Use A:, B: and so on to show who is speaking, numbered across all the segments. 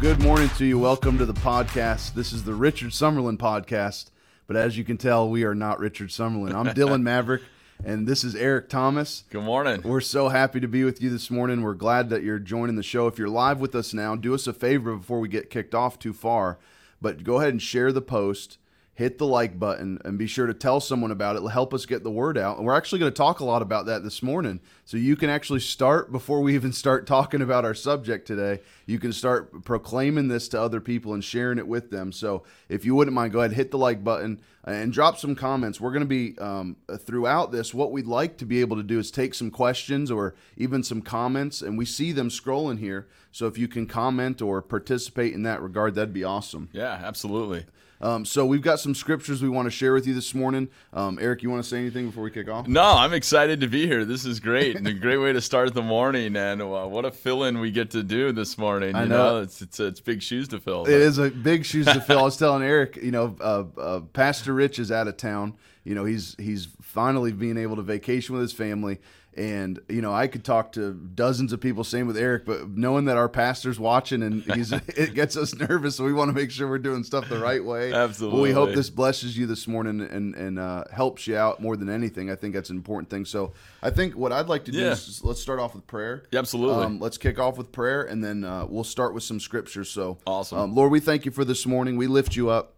A: Good morning to you. Welcome to the podcast. This is the Richard Summerlin podcast. But as you can tell, we are not Richard Summerlin. I'm Dylan Maverick, and this is Eric Thomas.
B: Good morning.
A: We're so happy to be with you this morning. We're glad that you're joining the show. If you're live with us now, do us a favor before we get kicked off too far, but go ahead and share the post, hit the like button, and be sure to tell someone about it. It'll Help us get the word out. And we're actually going to talk a lot about that this morning. So you can actually start before we even start talking about our subject today. You can start proclaiming this to other people and sharing it with them. So if you wouldn't mind, go ahead, hit the like button uh, and drop some comments. We're going to be um, throughout this. What we'd like to be able to do is take some questions or even some comments, and we see them scrolling here. So if you can comment or participate in that regard, that'd be awesome.
B: Yeah, absolutely.
A: Um, so we've got some scriptures we want to share with you this morning. Um, Eric, you want to say anything before we kick off?
B: No, I'm excited to be here. This is great and a great way to start the morning. And uh, what a fill in we get to do this morning.
A: I
B: you
A: know.
B: it's, it's it's big shoes to fill.
A: It is a big shoes to fill. I was telling Eric, you know, uh, uh, Pastor Rich is out of town. You know, he's he's finally being able to vacation with his family. And you know, I could talk to dozens of people. Same with Eric, but knowing that our pastor's watching and he's it gets us nervous. So we want to make sure we're doing stuff the right way.
B: Absolutely.
A: Well, we hope this blesses you this morning and and uh, helps you out more than anything. I think that's an important thing. So I think what I'd like to do
B: Yeah.
A: is let's start off with prayer.
B: Yeah, absolutely.
A: Um, let's kick off with prayer, and then uh, we'll start with some scripture. So
B: Awesome.
A: um, Lord, we thank you for this morning. We lift you up.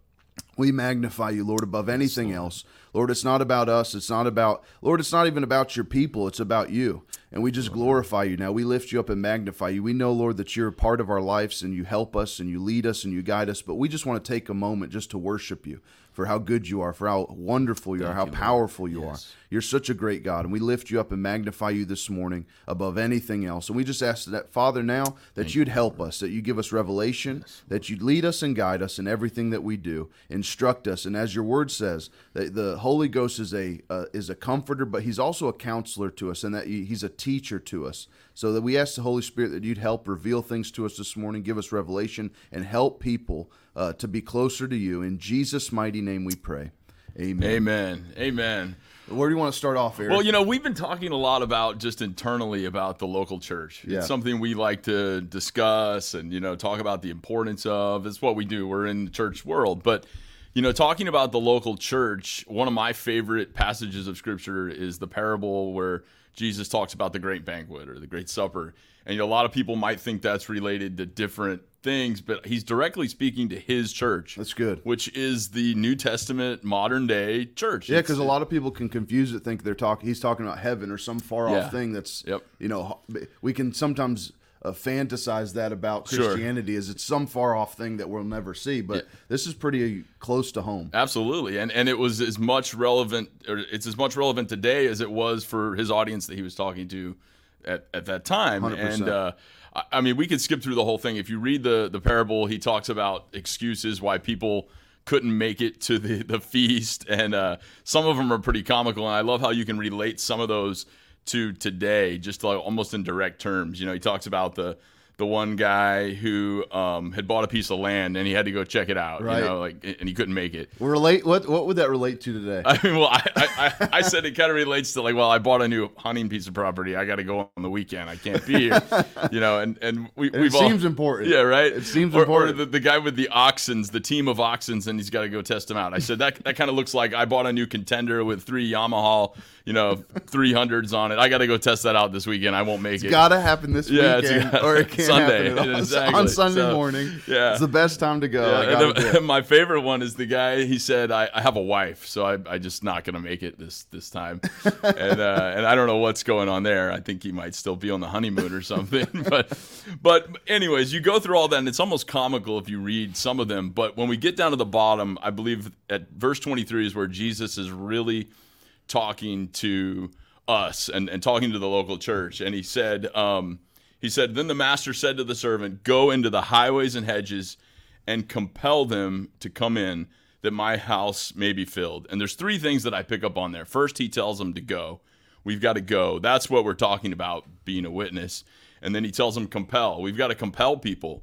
A: We magnify you, Lord, above anything else. Lord, it's not about us. It's not about, Lord, it's not even about your people. It's about you. And we just glorify you now. We lift you up and magnify you. We know, Lord, that you're a part of our lives and you help us and you lead us and you guide us. But we just want to take a moment just to worship you for how good you are, for how wonderful you are, how powerful you are. You're such a great God. And we lift you up and magnify you this morning above anything else. And we just ask that, Father, now that you'd help us, that you give us revelation, that you'd lead us and guide us in everything that we do, instruct us. And as your word says, that the Holy Ghost is a uh, is a comforter, but he's also a counselor to us, and that he- he's a teacher to us. So that we ask the Holy Spirit that you'd help reveal things to us this morning, give us revelation, and help people uh, to be closer to you. In Jesus' mighty name, we pray. Amen.
B: Amen. Amen.
A: Where do you want to start off, Eric?
B: Well, you know, we've been talking a lot about just internally about the local church.
A: Yeah.
B: It's something we like to discuss and, you know, talk about the importance of. It's what we do. We're in the church world. But, you know, talking about the local church, one of my favorite passages of scripture is the parable where Jesus talks about the great banquet or the great supper. And you know, a lot of people might think that's related to different things, but he's directly speaking to his church,
A: That's good.
B: which is the New Testament modern day church.
A: Yeah, because a lot of people can confuse it, think they're talking. He's talking about heaven or some far off
B: Yeah.
A: thing. That's
B: Yep.
A: you know h- we can sometimes uh, fantasize that about
B: Sure.
A: Christianity is it's some far off thing that we'll never see. But this is pretty close to home.
B: Absolutely, and and it was as much relevant, or it's as much relevant today as it was for his audience that he was talking to at, at that time.
A: 100%.
B: And uh, I, I mean, we could skip through the whole thing. If you read the the parable, he talks about excuses why people couldn't make it to the the feast, and uh, some of them are pretty comical. And I love how you can relate some of those to today, just like almost in direct terms. You know, he talks about the the one guy who um, had bought a piece of land and he had to go check it out.
A: Right.
B: You know, like and he couldn't make it.
A: Relate what what would that relate to today?
B: I mean, well, I, I, I- I said it kind of relates to like, well, I bought a new hunting piece of property. I got to go on the weekend. I can't be here, you know. And and we,
A: it
B: we've all-
A: seems important.
B: Yeah, right.
A: It seems
B: Or-
A: important.
B: Or the, the guy with the oxens, the team of oxens, and he's got to go test them out. I said that that kind of looks like I bought a new contender with three Yamaha, you know, three hundreds on it. I got to go test that out this weekend. I won't make it.
A: Gotta happen this
B: Yeah, it's
A: weekend,
B: gotta-
A: or it can't
B: Sunday,
A: happen at all.
B: exactly.
A: on Sunday
B: So,
A: morning.
B: yeah.
A: it's the best time to go. I
B: Yeah,
A: gotta
B: and
A: do
B: the-
A: it.
B: my favorite one is the guy. He said, "I, I have a wife, so I, I just not gonna make it this this time." and uh, and I don't know what's going on there. I think he might still be on the honeymoon or something. but but anyways, you go through all that, and it's almost comical if you read some of them. But when we get down to the bottom, I believe at verse twenty three is where Jesus is really talking to us and, and talking to the local church. And he said, um, he said, then the master said to the servant, go into the highways and hedges and compel them to come in that my house may be filled. And there's three things that I pick up on there. First, he tells them to go. We've got to go. That's what we're talking about being a witness. And then he tells them compel. We've got to compel people.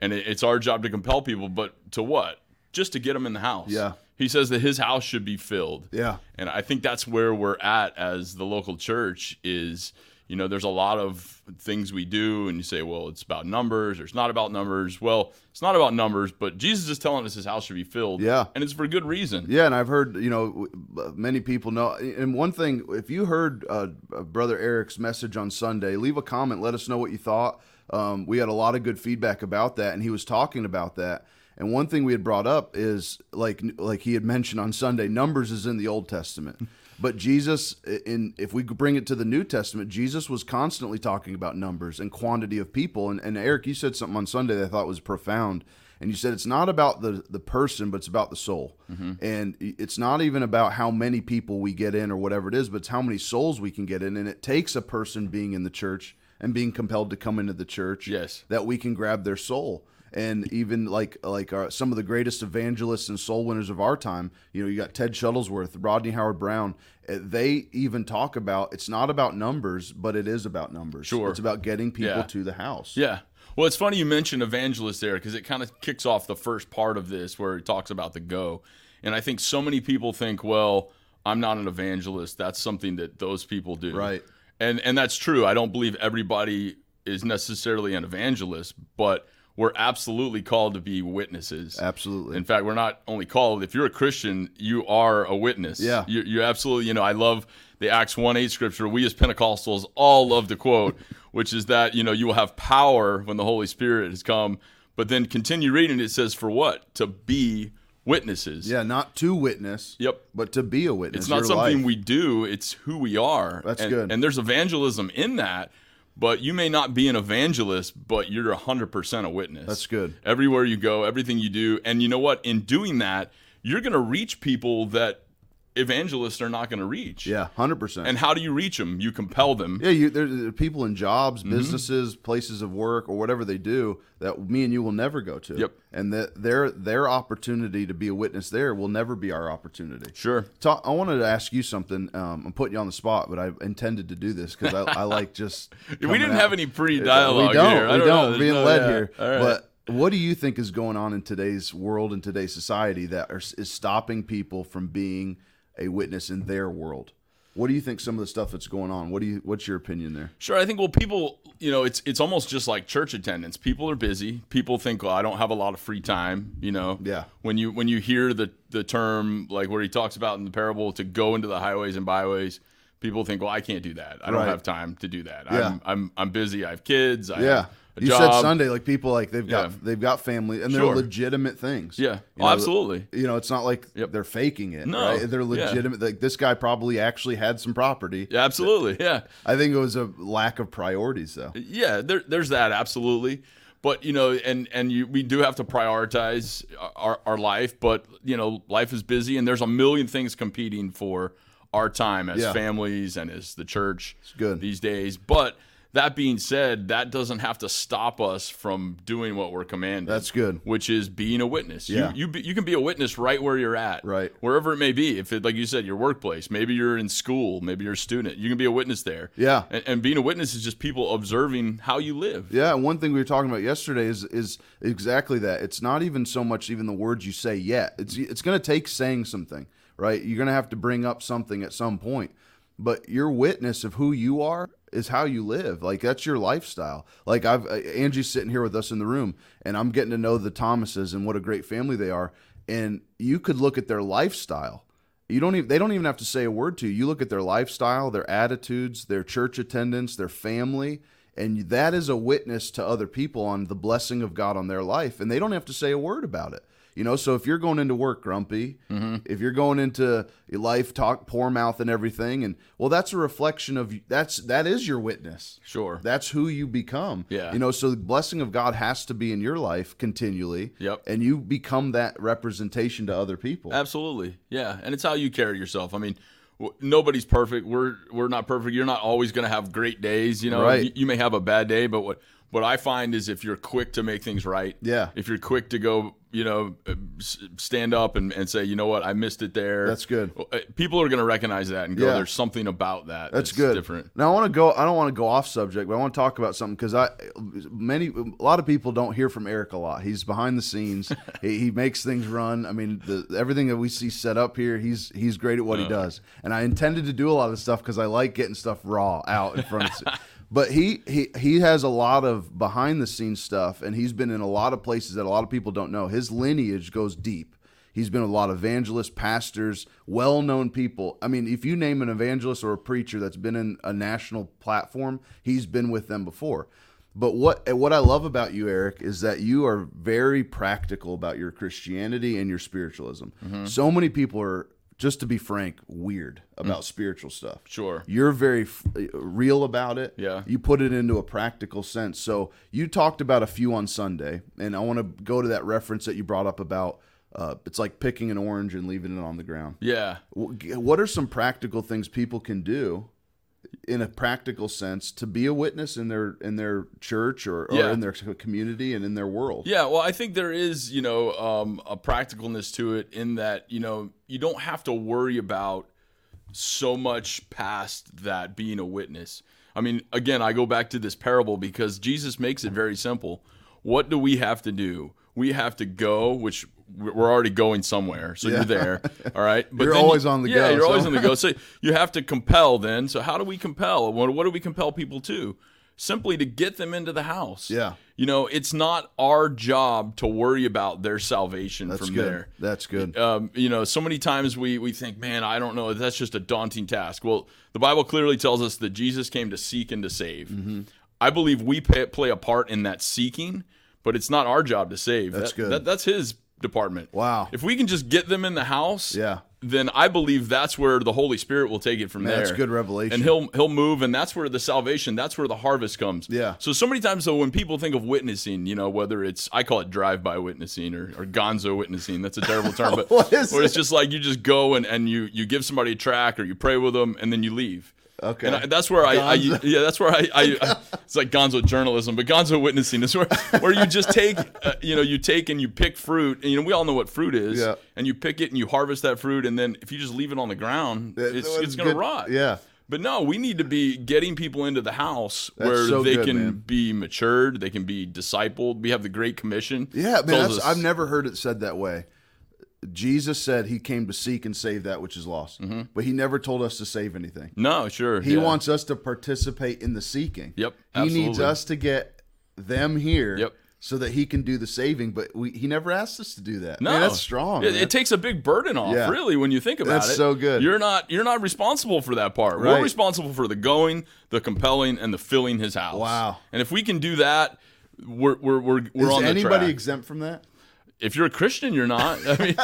B: And it- it's our job to compel people, but to what? Just to get them in the house.
A: Yeah.
B: He says that his house should be filled.
A: Yeah.
B: And I think that's where we're at as the local church is, you know there's a lot of things we do and you say well it's about numbers or it's not about numbers well it's not about numbers but jesus is telling us his house should be filled
A: Yeah.
B: and it's for good reason
A: Yeah, and I've heard you know w- many people know. And one thing, if you heard uh, Brother Eric's message on Sunday, leave a comment. Let us know what you thought. Um, we had a lot of good feedback about that, and he was talking about that. And one thing we had brought up is like like he had mentioned on Sunday, Numbers is in the Old Testament, but Jesus, i- in if we bring it to the New Testament, Jesus was constantly talking about numbers and quantity of people. And, and Eric, you said something on Sunday that I thought was profound and you said it's not about the the person but it's about the soul
B: Mm-hmm.
A: and it's not even about how many people we get in or whatever it is but it's how many souls we can get in and it takes a person being in the church and being compelled to come into the church
B: Yes.
A: that we can grab their soul and even like like our, some of the greatest evangelists and soul winners of our time you know you got ted shuttlesworth rodney howard brown eh, they even talk about it's not about numbers but it is about numbers
B: Sure.
A: it's about getting people
B: Yeah.
A: to the house
B: Yeah. Well, it's funny you mentioned evangelist there because it kind of kicks off the first part of this where it talks about the go. And I think so many people think, well, I'm not an evangelist. That's something that those people do.
A: Right.
B: And and that's true. I don't believe everybody is necessarily an evangelist, but we're absolutely called to be witnesses.
A: absolutely
B: In fact, we're not only called. If you're a Christian, you are a witness.
A: Yeah.
B: you, you absolutely. You know, I love the Acts one eight scripture. We as Pentecostals all love the quote, which is that you know you will have power when the Holy Spirit has come. But then continue reading. It says for what to be witnesses.
A: Yeah, not to witness.
B: Yep.
A: But to be a witness.
B: It's not
A: your
B: something
A: life.
B: we do, it's who we are.
A: That's
B: and,
A: good.
B: And there's evangelism in that, but you may not be an evangelist, but you're 100% a witness.
A: That's good.
B: Everywhere you go, everything you do. And you know what? In doing that, you're going to reach people that evangelists are not going to reach.
A: Yeah, hundred percent.
B: And how do you reach them? You compel them.
A: yeah, you there, there are people in jobs,
B: Mm-hmm.
A: businesses, places of work, or whatever they do that me and you will never go to.
B: Yep.
A: And that their their opportunity to be a witness there will never be our opportunity.
B: Sure.
A: Talk, I wanted to ask you something. Um, I'm putting you on the spot, but I intended to do this because I, I like just.
B: we
A: coming
B: didn't
A: out.
B: have any pre dialogue
A: We don't.
B: here. I
A: we
B: don't, know.
A: don't.
B: There's
A: Being
B: no-
A: led
B: yeah.
A: here,
B: All right.
A: but what do you think is going on in today's world and today's society that are, is stopping people from being a witness in their world? What do you think some of the stuff that's going on? What do you? What's your opinion there?
B: Sure, I think well people, you know, it's it's almost just like church attendance. People are busy. People think, "Well, I don't have a lot of free time," you know.
A: Yeah.
B: When you when you hear the the term like where he talks about in the parable to go into the highways and byways, people think, "Well, I can't do that. I don't
A: Right.
B: have time to do that.
A: Yeah.
B: I'm I'm I'm busy. I have kids. I
A: Yeah,
B: have a
A: you
B: job.
A: said Sunday, like people like they've got
B: Yeah.
A: they've got family and they're
B: Sure.
A: legitimate things.
B: Yeah.
A: You
B: Oh,
A: know,
B: absolutely.
A: You know, it's not like
B: Yep.
A: they're faking it.
B: No.
A: right? they're
B: Yeah.
A: legitimate. Like this guy probably actually had some property.
B: Yeah, absolutely. Yeah.
A: I think it was a lack of priorities, though.
B: yeah there, there's that absolutely but you know and and you, we do have to prioritize our, our life but you know life is busy and there's a million things competing for our time as
A: Yeah.
B: families and as the church
A: good.
B: these days but that being said that doesn't have to stop us from doing what we're commanded
A: That's good.
B: which is being a witness
A: Yeah.
B: you, you, be, you can be a witness right where you're at
A: Right.
B: wherever it may be if it like you said your workplace maybe you're in school maybe you're a student you can be a witness there
A: Yeah.
B: and, and being a witness is just people observing how you live.
A: Yeah, and one thing we were talking about yesterday is is exactly that. It's not even so much even the words you say yet. It's it's going to take saying something, right? You're going to have to bring up something at some point. But your witness of who you are is how you live. Like that's your lifestyle. Like I've uh, Angie's sitting here with us in the room, and I'm getting to know the Thomases and what a great family they are. And you could look at their lifestyle you don't even they don't even have to say a word to you. You look at their lifestyle, their attitudes, their church attendance, their family, and that is a witness to other people on the blessing of God on their life, and they don't have to say a word about it. You know, so if you're going into work grumpy,
B: Mm-hmm.
A: if you're going into life talk poor mouth and everything, and well, that's a reflection of that's that is your witness.
B: Sure.
A: That's who you become.
B: Yeah.
A: You know, so the blessing of God has to be in your life continually.
B: Yep.
A: And you become that representation to other people.
B: Absolutely. Yeah, and it's how you carry yourself. I mean, w- nobody's perfect. We're we're not perfect. You're not always going to have great days, you know.
A: Right.
B: You, you may have a bad day, but what What I find is if you're quick to make things right,
A: Yeah.
B: if you're quick to go, you know, uh, s- stand up and, and say, you know what, I missed it there.
A: That's good.
B: Uh, People are going to recognize that and go,
A: Yeah.
B: there's something about that.
A: That's good.
B: Different.
A: Now I want to go. I don't want to go off subject, but I want to talk about something because I many a lot of people don't hear from Eric a lot. He's behind the scenes. he, he makes things run. I mean, the, everything that we see set up here, he's he's great at what
B: Uh.
A: he does. And I intended to do a lot of stuff because I like getting stuff raw out in front. of But he, he he has a lot of behind the scenes stuff, and he's been in a lot of places that a lot of people don't know. His lineage goes deep. He's been a lot of evangelists, pastors, well known people. I mean, if you name an evangelist or a preacher that's been in a national platform, he's been with them before. But what and what I love about you, Eric, is that you are very practical about your Christianity and your spiritualism. So many people are, just to be frank, weird about spiritual stuff.
B: Sure.
A: You're very f- uh, real about it.
B: Yeah.
A: You put it into a practical sense. So you talked about a few on Sunday, and I want to go to that reference that you brought up about uh, it's like picking an orange and leaving it on the ground.
B: Yeah.
A: Wh- g- What are some practical things people can do? In a practical sense, to be a witness in their in their church or, or
B: Yeah.
A: in their community and in their world,
B: Yeah, well, I think there is, you know, um, a practicalness to it in that, you know, you don't have to worry about so much past that being a witness. I mean, again, I go back to this parable because Jesus makes it very simple. What do we have to do? We have to go, which we're already going somewhere, so you're there. All right, but
A: You're
B: then
A: always on the
B: yeah,
A: go,
B: you're always
A: so-
B: on the go. So you have to compel then. So how do we compel? What, what do we compel people to? Simply to get them into the house.
A: Yeah.
B: You know, it's not our job to worry about their salvation
A: that's
B: from
A: good.
B: there.
A: That's good.
B: Um, you know, so many times we we think, man, I don't know, that's just a daunting task. Well, the Bible clearly tells us that Jesus came to seek and to save.
A: Mm-hmm.
B: I believe we pay, play a part in that seeking, but it's not our job to save.
A: That's
B: That-
A: good.
B: that- that's His department.
A: Wow.
B: If we can just get them in the house,
A: Yeah.
B: then I believe that's where the Holy Spirit will take it from there.
A: that's good revelation.
B: And he'll he'll move, and that's where the salvation, that's where the harvest comes.
A: Yeah.
B: So so many times though, when people think of witnessing, you know, whether it's I call it drive by witnessing or, or gonzo witnessing, that's a terrible term, but
A: What is
B: or it's just like you just go and, and you you give somebody a track or you pray with them and then you leave.
A: Okay.
B: And I, that's where I, I
A: Gonzo.
B: yeah, that's where I, I, I it's like gonzo journalism, but gonzo witnessing is where where you just take uh, you know you take and you pick fruit, and you know we all know what fruit is,
A: Yeah.
B: and you pick it and you harvest that fruit, and then if you just leave it on the ground,
A: That-
B: it's,
A: that's
B: it's gonna
A: good.
B: rot.
A: Yeah.
B: But no, we need to be getting people into the house where
A: so
B: they
A: good,
B: can
A: man.
B: be matured, they can be discipled. We have the Great Commission.
A: Yeah, man,
B: Tells
A: that's,
B: us-
A: I've never heard it said that way. Jesus said he came to seek and save that which is lost, but he never told us to save anything.
B: no, sure.
A: He
B: Mm-hmm. yeah.
A: wants us to participate in the seeking.
B: Yep,
A: He needs
B: absolutely.
A: us to get them here
B: Yep.
A: so that he can do the saving, but we, he never asked us to do that.
B: No,
A: Man, that's strong.
B: It,
A: man.
B: it takes a big burden off,
A: Yeah.
B: really, when you think about it.
A: That's so good.
B: You're not you're not responsible for that part.
A: Right.
B: We're responsible for the going, the compelling, and the filling his house.
A: Wow.
B: And if we can do that, we're we're we're, we're
A: is
B: on the
A: anybody
B: track.
A: exempt from that?
B: if you're a Christian, you're not. I mean,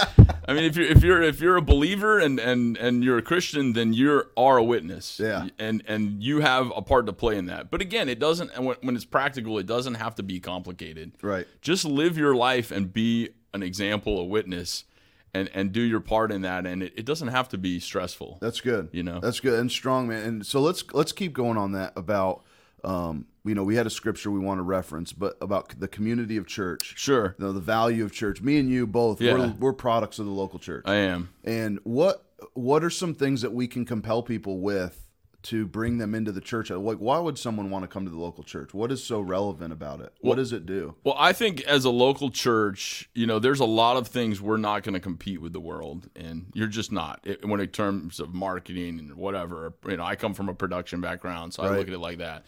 B: I mean, if you're if you're if you're a believer and and and you're a Christian, then you are a witness.
A: Yeah.
B: And and you have a part to play in that. But again, it doesn't. And when, when it's practical, it doesn't have to be complicated.
A: Right.
B: Just live your life and be an example, a witness, and and do your part in that. And it, it doesn't have to be stressful.
A: That's good.
B: You know?
A: that's good and strong, man. And so let's let's keep going on that about um, you know we had a scripture we want to reference, but about the community of church.
B: sure.
A: you know, the value of church. Me and you both, we're,
B: Yeah.
A: we're products of the local church.
B: I am.
A: and what what are some things that we can compel people with to bring them into the church? Like, why would someone want to come to the local church? What is so relevant about it? what does it do?
B: Well, I think as a local church, you know, there's a lot of things we're not going to compete with the world, and you're just not it, when it terms of marketing and whatever. You know, I come from a production background, so I look at it like that.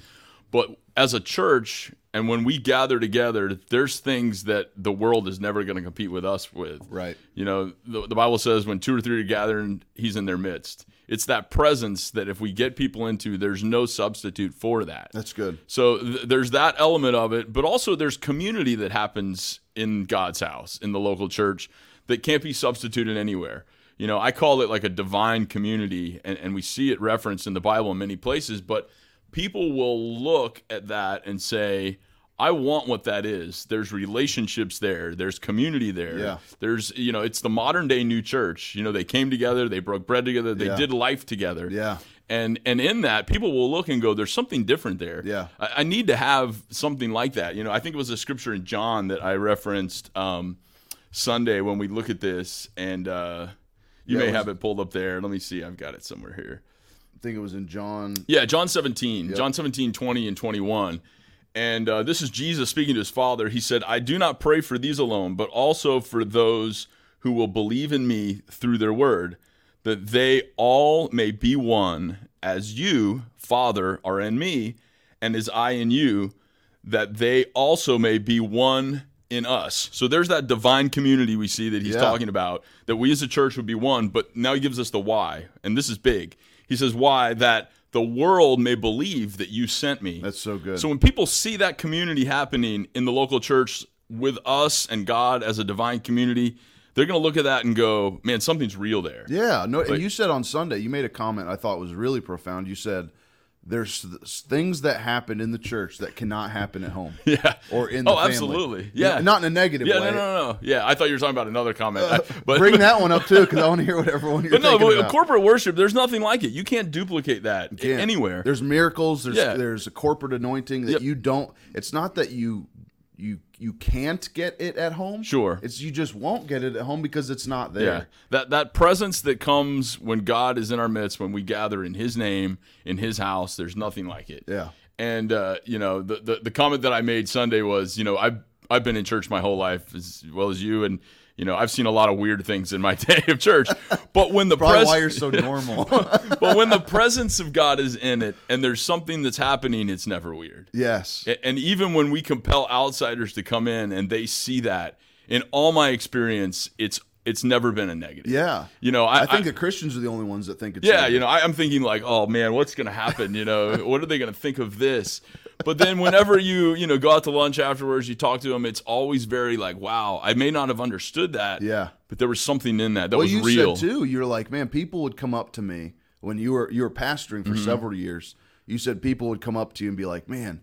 B: But as a church, and when we gather together, there's things that the world is never going to compete with us with.
A: Right.
B: You know, the, the Bible says when two or three are gathered, he's in their midst. It's that presence that if we get people into, there's no substitute for that.
A: That's good.
B: So th- there's that element of it, but also there's community that happens in God's house, in the local church, that can't be substituted anywhere. You know, I call it like a divine community, and, and we see it referenced in the Bible in many places, but people will look at that and say, I want what that is. There's relationships there. There's community there.
A: Yeah.
B: There's, you know, it's the modern day new church. You know, they came together, they broke bread together, they
A: Yeah.
B: did life together
A: Yeah.
B: and and in that people will look and go there's something different there
A: Yeah.
B: i, I need to have something like that you know i think it was a scripture in john that i referenced um, sunday when we look at this and uh, you
A: Yeah, it
B: may
A: was-
B: have it pulled up there let me see i've got it somewhere here
A: I think it was in John.
B: yeah, John 17, John 17, 20 and 21. And uh, this is Jesus speaking to his father. He said, I do not pray for these alone, but also for those who will believe in me through their word, that they all may be one, as you, Father, are in me, and as I in you, that they also may be one in us. So there's that divine community we see that he's
A: Yeah.
B: talking about, that we as a church would be one, but now he gives us the why. And this is big. He says, Why? That the world may believe that you sent me.
A: That's so good.
B: So when people see that community happening in the local church with us and God as a divine community, they're going to look at that and go, man, something's real there.
A: Yeah, no. and you said on Sunday, you made a comment I thought was really profound. You said there's th- things that happen in the church that cannot happen at home.
B: Yeah.
A: Or in the
B: Oh,
A: family.
B: absolutely.
A: Yeah,
B: Yeah.
A: not in a negative
B: Yeah,
A: way.
B: no, no, no, no. Yeah, I thought you were talking about another comment. I- but
A: Uh, Bring that one up too, because I want to hear what everyone you're
B: But no,
A: thinking
B: but
A: about.
B: corporate worship, there's nothing like it. You can't duplicate that
A: Again,
B: anywhere.
A: There's miracles. There's
B: Yeah.
A: there's a corporate anointing that
B: Yep.
A: you don't. It's not that you you you can't get it at home.
B: Sure.
A: It's you just won't get it at home because it's not there.
B: Yeah. That that presence that comes when God is in our midst, when we gather in his name, in his house, there's nothing like it.
A: Yeah.
B: And uh, you know, the, the the comment that I made Sunday was, you know, I've I've been in church my whole life as well as you and you know, I've seen a lot of weird things in my day of church. But when the
A: Probably
B: pres-
A: why you're so normal.
B: but when the presence of God is in it and there's something that's happening, it's never weird.
A: yes.
B: A- And even when we compel outsiders to come in and they see that, in all my experience, it's it's never been a negative.
A: yeah.
B: You know, I,
A: I think the Christians are the only ones that think it's
B: yeah,
A: there.
B: you know, I, I'm thinking like, oh man, what's gonna happen? You know, what are they gonna think of this? But then whenever you you know go out to lunch afterwards, you talk to them, it's always very like, wow, I may not have understood that.
A: Yeah.
B: but there was something in that that
A: Well,
B: was
A: you
B: real.
A: said too. You're like, man, people would come up to me when you were you were pastoring
B: Mm-hmm.
A: for several years. You said people would come up to you and be like, man,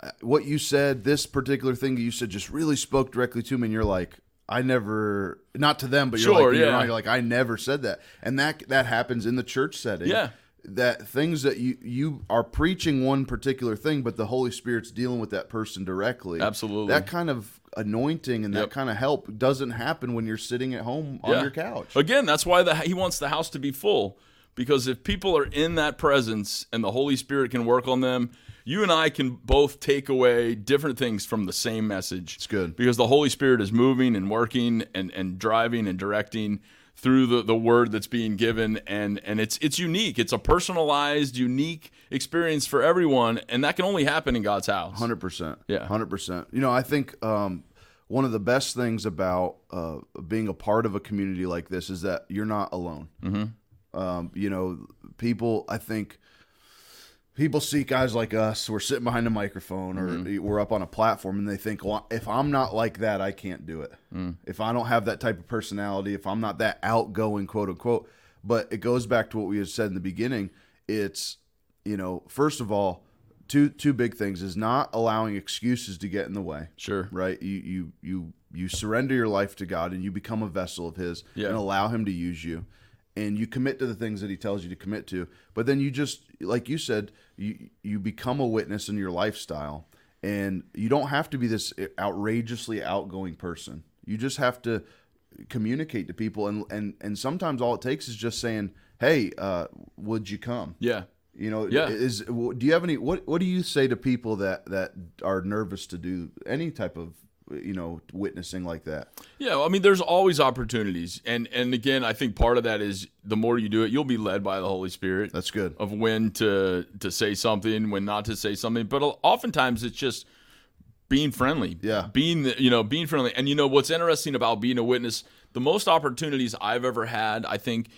A: uh, what you said, this particular thing you said, just really spoke directly to me. And you're like, I never, not to them, but you're
B: Sure,
A: like, in your
B: yeah.
A: mind, you're like, I never said that. And that that happens in the church setting.
B: Yeah.
A: That things that you you are preaching one particular thing, but the Holy Spirit's dealing with that person directly.
B: Absolutely.
A: that kind of anointing and
B: Yep.
A: that kind of help doesn't happen when you're sitting at home on
B: Yeah.
A: your couch.
B: Again, that's why the, he wants the house to be full because if people are in that presence and the Holy Spirit can work on them, you and I can both take away different things from the same message. It's
A: good.
B: Because the Holy Spirit is moving and working and, and driving and directing through the, the word that's being given and and it's it's unique. It's a personalized, unique experience for everyone and that can only happen in God's house.
A: Hundred percent.
B: Yeah.
A: hundred percent. You know, I think um, one of the best things about uh, being a part of a community like this is that you're not alone.
B: Mm-hmm.
A: Um, you know, people. I think people see guys like us. We're sitting behind a microphone or we're up on a platform, and they think, "Well, if I'm not like that, I can't do it. If I don't have that type of personality, if I'm not that outgoing, quote unquote." But it goes back to what we had said in the beginning. It's you know, first of all, two two big things is not allowing excuses to get in the way
B: Sure.
A: right you you you you surrender your life to god and you become a vessel of his
B: Yeah.
A: and allow him to use you and you commit to the things that he tells you to commit to but then you just like you said you you become a witness in your lifestyle and you don't have to be this outrageously outgoing person you just have to communicate to people and and and sometimes all it takes is just saying hey uh would you come
B: Yeah.
A: you know,
B: Yeah.
A: is do you have any what what do you say to people that that are nervous to do any type of you know witnessing like that?
B: Yeah, well, I mean, there's always opportunities, and and again, I think part of that is the more you do it, you'll be led by the Holy Spirit
A: That's good.
B: of when to to say something, when not to say something. But oftentimes, it's just being friendly.
A: Yeah.
B: being the, you know being friendly, and you know what's interesting about being a witness. The most opportunities I've ever had, I think,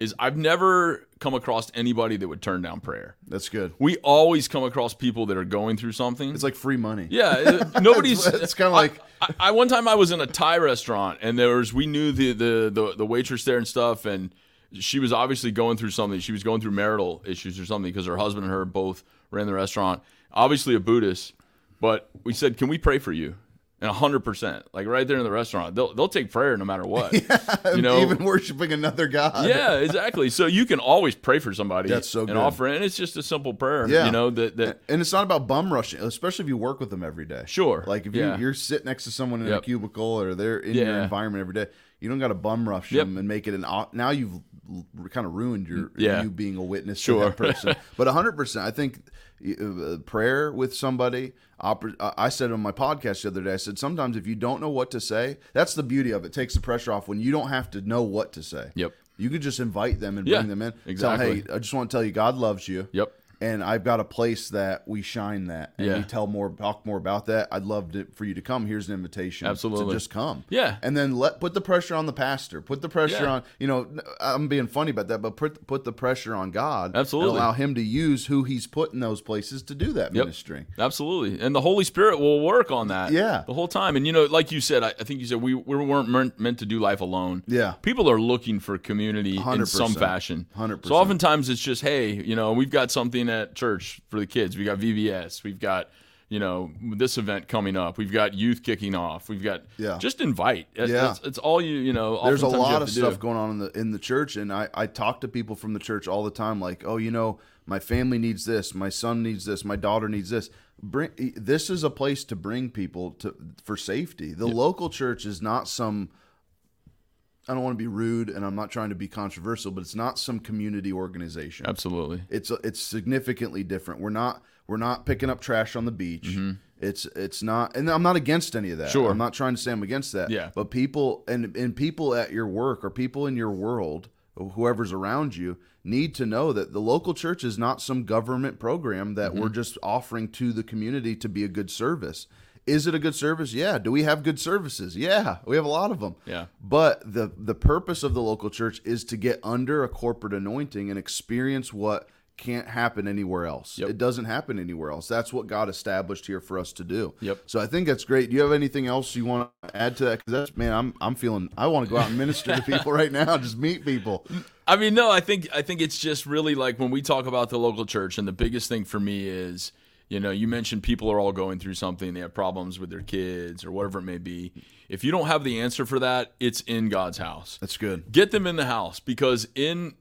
B: is I've never come across anybody that would turn down prayer.
A: That's good.
B: We always come across people that are going through something.
A: It's like free money.
B: Yeah, uh, nobody's.
A: It's- it's kinda like-
B: I, I, I- one time I was in a Thai restaurant and there was we knew the the the, the waitress there and stuff and. She was obviously going through something. She was going through marital issues or something because her husband and her both ran the restaurant. Obviously a Buddhist, but we said, "Can we pray for you?" and hundred percent, like right there in the restaurant, they'll they'll take prayer no matter what.
A: you
B: you know,
A: even worshiping another god.
B: yeah, exactly. So you can always pray for somebody.
A: That's so
B: and
A: good.
B: offer, and it's just a simple prayer.
A: Yeah.
B: you know that that
A: And it's not about bum rushing, especially if you work with them every day.
B: Sure.
A: Like if
B: Yeah.
A: you, you're sitting next to someone in a
B: Yep.
A: cubicle or they're in your
B: Yeah.
A: environment every day, you don't got to bum rush
B: Yep.
A: them and make it an. au- Now you've kind of ruined your
B: Yeah.
A: you being a witness
B: Sure.
A: to that person. but 100, percent I think uh, prayer with somebody. oppor- I I said on my podcast the other day, I said sometimes if you don't know what to say, that's the beauty of it. Takes the pressure off when you don't have to know what to say.
B: Yep.
A: You could just invite them and
B: Yeah,
A: bring them in. Tell,
B: exactly.
A: hey, I just want to tell you, God loves you
B: Yep.
A: and I've got a place that we shine that and
B: Yeah.
A: we tell more talk more about that. I'd love to, for you to come. Here's an invitation
B: Absolutely.
A: to just come.
B: Yeah.
A: And then let put the pressure on the pastor. Put the pressure
B: Yeah.
A: on, you know, I'm being funny about that, but put put the pressure on God. and
B: Absolutely.
A: allow him to use who he's put in those places to do that ministry.
B: Absolutely. And the Holy Spirit will work on that.
A: Yeah.
B: The whole time. And, you know, like you said, I, I think you said we, we weren't meant, meant to do life alone.
A: Yeah.
B: People are looking for community in
A: 100%.
B: some fashion.
A: 100%.
B: So oftentimes it's just, hey, you know, we've got something at church for the kids. We got VBS. We've got, you know, this event coming up. We've got youth kicking off. We've got
A: Yeah.
B: just invite. It-
A: Yeah.
B: It's, it's all you, you know,
A: There's a
B: oftentimes you
A: lot
B: have
A: of
B: to do.
A: stuff going on in the in the church, and I, I talk to people from the church all the time, like, oh, you know, my family needs this, my son needs this, my daughter needs this. Bring e, this is a place to bring people to for safety. The local church is not some. I don't want to be rude, and I'm not trying to be controversial, but it's not some community organization
B: Absolutely.
A: it's it's significantly different. We're not we're not picking up trash on the beach. It's it's not, and I'm not against any of that.
B: Mm-hmm. Sure.
A: I'm not trying to say I'm against that.
B: Yeah.
A: but people and and people at your work or people in your world, whoever's around you, need to know that the local church is not some government program that we're
B: Mm-hmm.
A: just offering to the community to be a good service. Is it a good service? Yeah. Do we have good services? Yeah, we have a lot of them.
B: Yeah.
A: But the the purpose of the local church is to get under a corporate anointing and experience what can't happen anywhere else.
B: Yep.
A: It doesn't happen anywhere else. That's what God established here for us to do.
B: Yep.
A: So I think that's great. Do you have anything else you want to add to that? Because that's man, I'm I'm feeling I want to go out and minister to people right now. Just meet people.
B: I mean, no, I think I think it's just really like when we talk about the local church, and the biggest thing for me is, you know, you mentioned people are all going through something, they have problems with their kids or whatever it may be. If you don't have the answer for that, it's in God's house.
A: That's good.
B: Get them in the house because in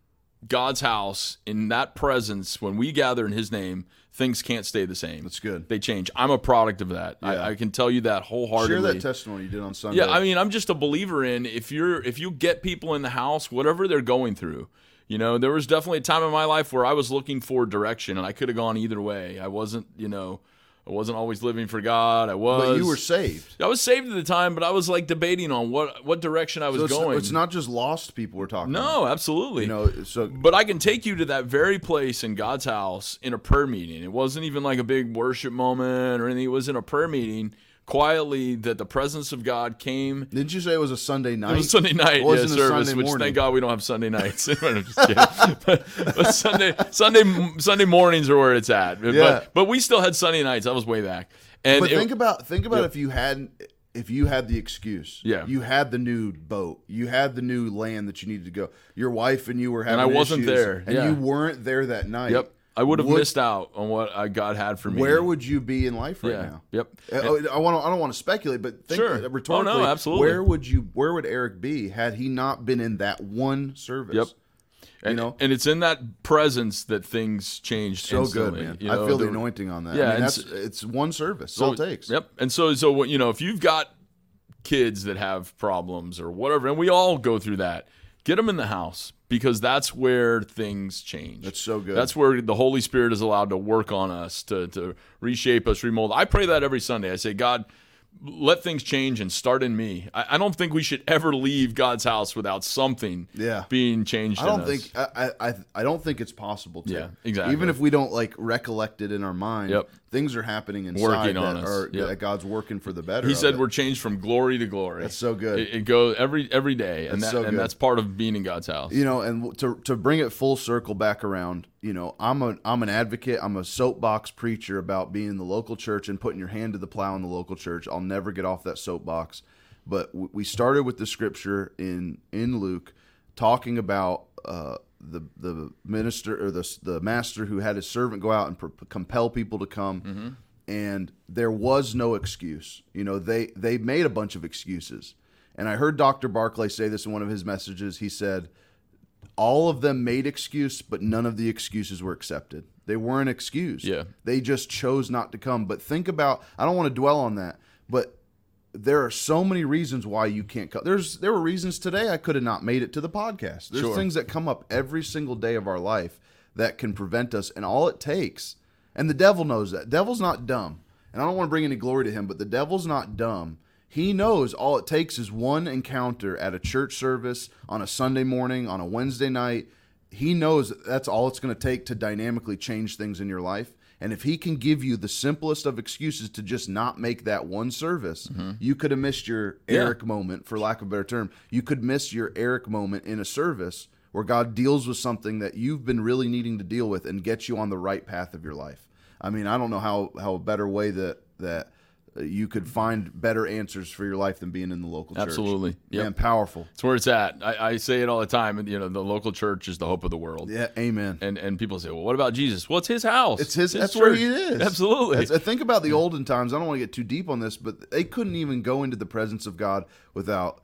B: God's house, in that presence, when we gather in His name, things can't stay the same.
A: That's good.
B: They change. I'm a product of that.
A: Yeah.
B: I, I can tell you that wholeheartedly.
A: Share that testimony you did on Sunday.
B: Yeah, I mean, I'm just a believer in if you're if you get people in the house, whatever they're going through. You know, there was definitely a time in my life where I was looking for direction, and I could have gone either way. I wasn't, you know, I wasn't always living for God. I was.
A: but you were saved.
B: I was saved at the time, but I was like debating on what what direction I was
A: So it's,
B: going.
A: it's not just lost people we're talking about.
B: no, absolutely.
A: You know, so
B: But I can take you to that very place in God's house in a prayer meeting. It wasn't even like a big worship moment or anything. It was in a prayer meeting quietly that the presence of God came
A: didn't you say it was a Sunday night?
B: it was Sunday night
A: It
B: yeah,
A: wasn't
B: service,
A: a Sunday
B: which
A: morning.
B: thank God we don't have Sunday nights. I'm just kidding. but, but Sunday, Sunday, Sunday mornings are where it's at. But,
A: Yeah.
B: but we still had Sunday nights. I was way back. And
A: But
B: it-
A: think about think about if you had if you had the excuse.
B: Yeah.
A: You had the new boat. You had the new land that you needed to go. Your wife and you were having
B: I wasn't
A: issues,
B: there,
A: And
B: yeah.
A: you weren't there that night.
B: yep, I would have
A: Would-
B: missed out on what uh, God had for me.
A: Where would you be in life right
B: yeah.
A: now?
B: Yep.
A: Uh, oh, I want to. I don't want to speculate, but think uh,
B: Sure. Oh, no,
A: rhetorically.
B: absolutely.
A: Where would you? Where would Eric be had he not been in that one service?
B: Yep.
A: You
B: And,
A: know?
B: and it's in that presence that things changed.
A: So good,
B: instantly,
A: man.
B: you
A: I
B: know,
A: feel the
B: there-
A: anointing on that.
B: Yeah,
A: I mean,
B: and
A: that's
B: s-
A: it's one service. It's all it takes.
B: Yep. And so, so what- you know, if you've got kids that have problems or whatever, and we all go through that, get them in the house because that's where things change.
A: That's so good.
B: That's where the Holy Spirit is allowed to work on us, to, to reshape us, remold. I pray that every Sunday. I say, God, let things change and start in me. I, I don't think we should ever leave God's house without something
A: Yeah.
B: being changed.
A: I
B: in
A: don't
B: us.
A: think I, I I- I don't think it's possible to.
B: Yeah, exactly.
A: Even if we don't like recollect it in our mind,
B: Yep.
A: things are happening inside
B: Working
A: that
B: on us,
A: are
B: yep.
A: that God's working for the better.
B: He
A: of
B: said
A: it.
B: we're changed from glory to glory.
A: That's so good.
B: It, it goes every every day, and
A: That's
B: that,
A: so
B: and
A: good.
B: that's part of being in God's house.
A: you know, and to to bring it full circle back around, you know, I'm a I'm an advocate. I'm a soapbox preacher about being in the local church and putting your hand to the plow in the local church. I'll never get off that soapbox. But w- we started with the scripture in in Luke, talking about uh, the the minister or the the master who had his servant go out and pr- compel people to come. and there was no excuse. You know, they they made a bunch of excuses. And I heard Dr. Barclay say this in one of his messages. He said, all of them made excuse, but none of the excuses were accepted. They weren't excused.
B: Yeah.
A: They just chose not to come. But think about I don't want to dwell on that, but there are so many reasons why you can't come. There's there were reasons today I could have not made it to the podcast. There's
B: Sure.
A: things that come up every single day of our life that can prevent us and all it takes and the devil knows that. Devil's not dumb. And I don't want to bring any glory to him, but the devil's not dumb. He knows all it takes is one encounter at a church service on a Sunday morning, on a Wednesday night. He knows that's all it's going to take to dynamically change things in your life. And if he can give you the simplest of excuses to just not make that one service, you could have missed your
B: Yeah.
A: Eric moment, for lack of a better term. You could miss your Eric moment in a service where God deals with something that you've been really needing to deal with and gets you on the right path of your life. I mean, I don't know how how a better way that that uh, you could find better answers for your life than being in the local church.
B: Absolutely. Yep.
A: man, powerful.
B: It's where it's at. I, I say it all the time. and, You know, the local church is the hope of the world.
A: Yeah, amen.
B: And and people say, well, what about Jesus? Well, it's his house.
A: It's his. that's where
B: church.
A: he is.
B: Absolutely.
A: That's- I think about the olden times. I don't want to get too deep on this, but they couldn't even go into the presence of God without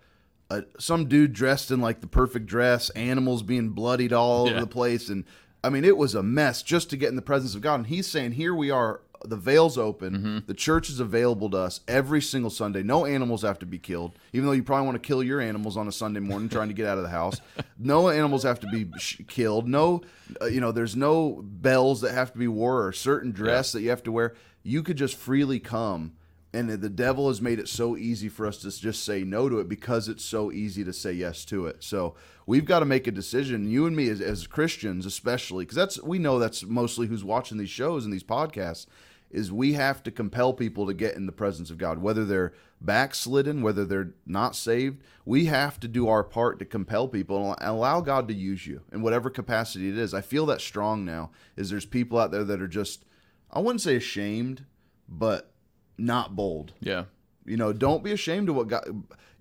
A: uh some dude dressed in like the perfect dress, animals being bloodied all
B: Yeah.
A: over the place, and I mean it was a mess just to get in the presence of God. And he's saying, "Here we are." The veil's open. The church is available to us every single Sunday. No animals have to be killed, even though you probably want to kill your animals on a Sunday morning trying to get out of the house. No animals have to be sh- killed. No, uh, you know, there's no bells that have to be wore or certain dress that you have to wear. You could just freely come and the devil has made it so easy for us to just say no to it because it's so easy to say yes to it. So we've got to make a decision, you and me as, as Christians, especially because that's we know that's mostly who's watching these shows and these podcasts. Is we have to compel people to get in the presence of God, whether they're backslidden, whether they're not saved. We have to do our part to compel people and allow God to use you in whatever capacity it is. I feel that strong now. Is there's people out there that are just, I wouldn't say ashamed, but not bold.
B: yeah.
A: You know, don't be ashamed of what God.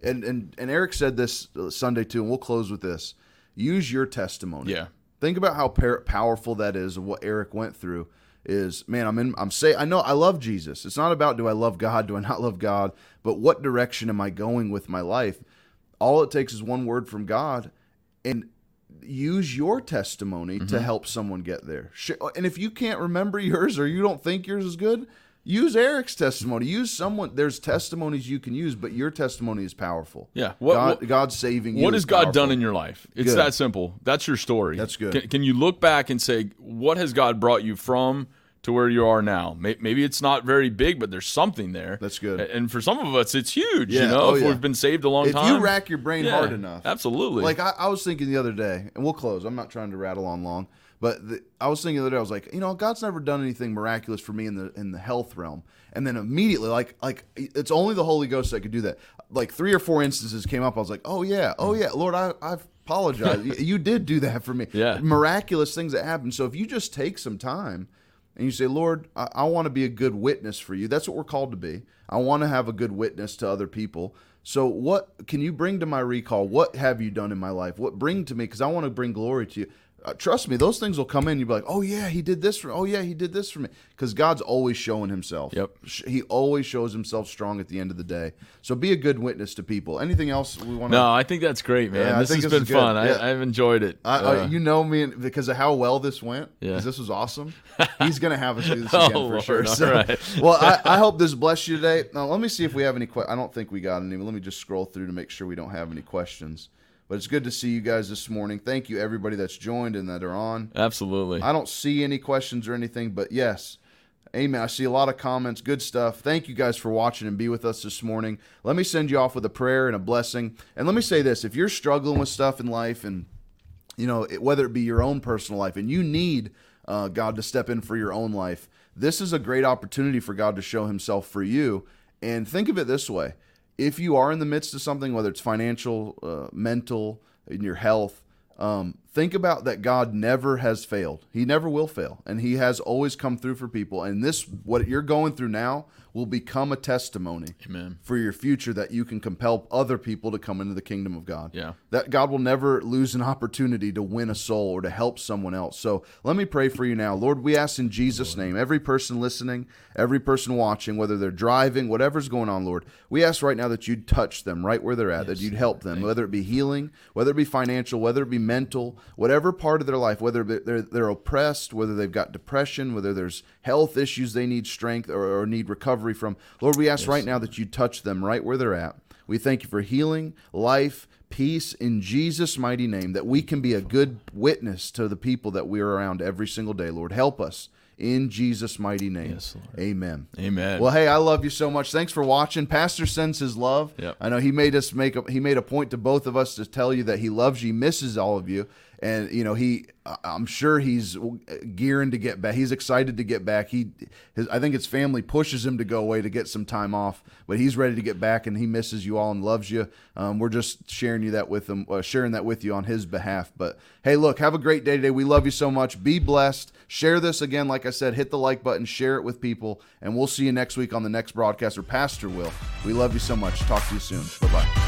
A: And and and Eric said this uh, Sunday too, and we'll close with this. Use your testimony.
B: Yeah.
A: Think about how par- powerful that is. Of what Eric went through is, man. I'm in. I'm say. I know. I love Jesus. It's not about do I love God? Do I not love God? But what direction am I going with my life? All it takes is one word from God, and use your testimony
B: Mm-hmm.
A: to help someone get there. Sh- And if you can't remember yours or you don't think yours is good, use Eric's testimony. Use someone. There's testimonies you can use, but your testimony is powerful.
B: Yeah. What-
A: God,
B: what-
A: God's saving you.
B: What
A: is
B: has God
A: powerful.
B: done in your life? It's
A: Good.
B: that simple. That's your story.
A: That's good.
B: Can, can you look back and say, what has God brought you from to where you are now? May- Maybe it's not very big, but there's something there.
A: That's good.
B: A- And for some of us, it's huge. You
A: Yeah.
B: know,
A: Oh,
B: if
A: yeah.
B: we've been saved a long
A: If
B: time.
A: you rack your brain
B: Yeah,
A: hard enough,
B: Absolutely.
A: Like I, I was thinking the other day, and we'll close. I'm not trying to rattle on long, but the, I was thinking the other day. I was like, you know, God's never done anything miraculous for me in the in the health realm. And then immediately, like like it's only the Holy Ghost that could do that. Like three or four instances came up. I was like, oh yeah, oh yeah, Lord, I I apologize. you, you did do that for me.
B: Yeah.
A: miraculous things that happen. So if you just take some time. And you say, Lord, I, I want to be a good witness for you. That's what we're called to be. I want to have a good witness to other people. So, what can you bring to my recall? What have you done in my life? What bring to me? Because I want to bring glory to you. Uh, trust me, those things will come in. You'll be like, oh, yeah, he did this for Oh, yeah, he did this for me. Because God's always showing himself.
B: Yep.
A: Sh- He always shows himself strong at the end of the day. So, be a good witness to people. Anything else we want to
B: no, I think that's great, man.
A: Yeah, I
B: this
A: think
B: has
A: this
B: been
A: is good.
B: fun.
A: Yeah.
B: I, I've enjoyed it.
A: I,
B: Uh,
A: I, you know me and- because of how well this went.
B: Yeah.
A: Because this was awesome. He's gonna have us do this
B: Oh,
A: again for
B: Lord,
A: sure.
B: all
A: So,
B: right.
A: well, I, I hope this blessed you today. Now, let me see if we have any. Que- I don't think we got any. but Let me just scroll through to make sure we don't have any questions. But it's good to see you guys this morning. Thank you everybody that's joined and that are on.
B: absolutely.
A: I don't see any questions or anything, but yes. Amen. I see a lot of comments. Good stuff. Thank you guys for watching and be with us this morning. Let me send you off with a prayer and a blessing. And let me say this if you're struggling with stuff in life and you know, it, whether it be your own personal life and you need uh, God to step in for your own life, this is a great opportunity for God to show Himself for you. And think of it this way if you are in the midst of something, whether it's financial, uh, mental, in your health, um, Think about that God never has failed. He never will fail. And he has always come through for people. And this, what you're going through now, will become a testimony
B: Amen.
A: for your future that you can compel other people to come into the kingdom of God.
B: Yeah.
A: That God will never lose an opportunity to win a soul or to help someone else. So let me pray for you now. Lord, we ask in Jesus' name, every person listening, every person watching, whether they're driving, whatever's going on, Lord, we ask right now that you'd touch them right where they're at, that you'd help them, whether it be healing, whether it be financial, whether it be mental, whatever part of their life, whether they're, they're oppressed, whether they've got depression, whether there's health issues they need strength or, or need recovery from. Lord, we ask right now that you touch them right where they're at. We thank you for healing, life, peace in Jesus' mighty name, that we can be a good witness to the people that we are around every single day. Lord, help us in Jesus' mighty name. Amen.
B: Amen.
A: Well, hey, I love you so much. Thanks for watching. Pastor sends his love.
B: Yep.
A: I know he made us make a, he made a point to both of us to tell you that he loves you, misses all of you, and you know he. I- I'm sure he's gearing to get back. He's excited to get back. He, his, I think his family pushes him to go away to get some time off, but he's ready to get back, and he misses you all and loves you. Um, we're just sharing you that with him, uh, sharing that with you on his behalf. But hey, look, have a great day today. We love you so much. Be blessed. Share this again. Like I said, hit the like button, share it with people, and we'll see you next week on the next broadcast. Or Pastor Will, we love you so much. Talk to you soon. Bye bye.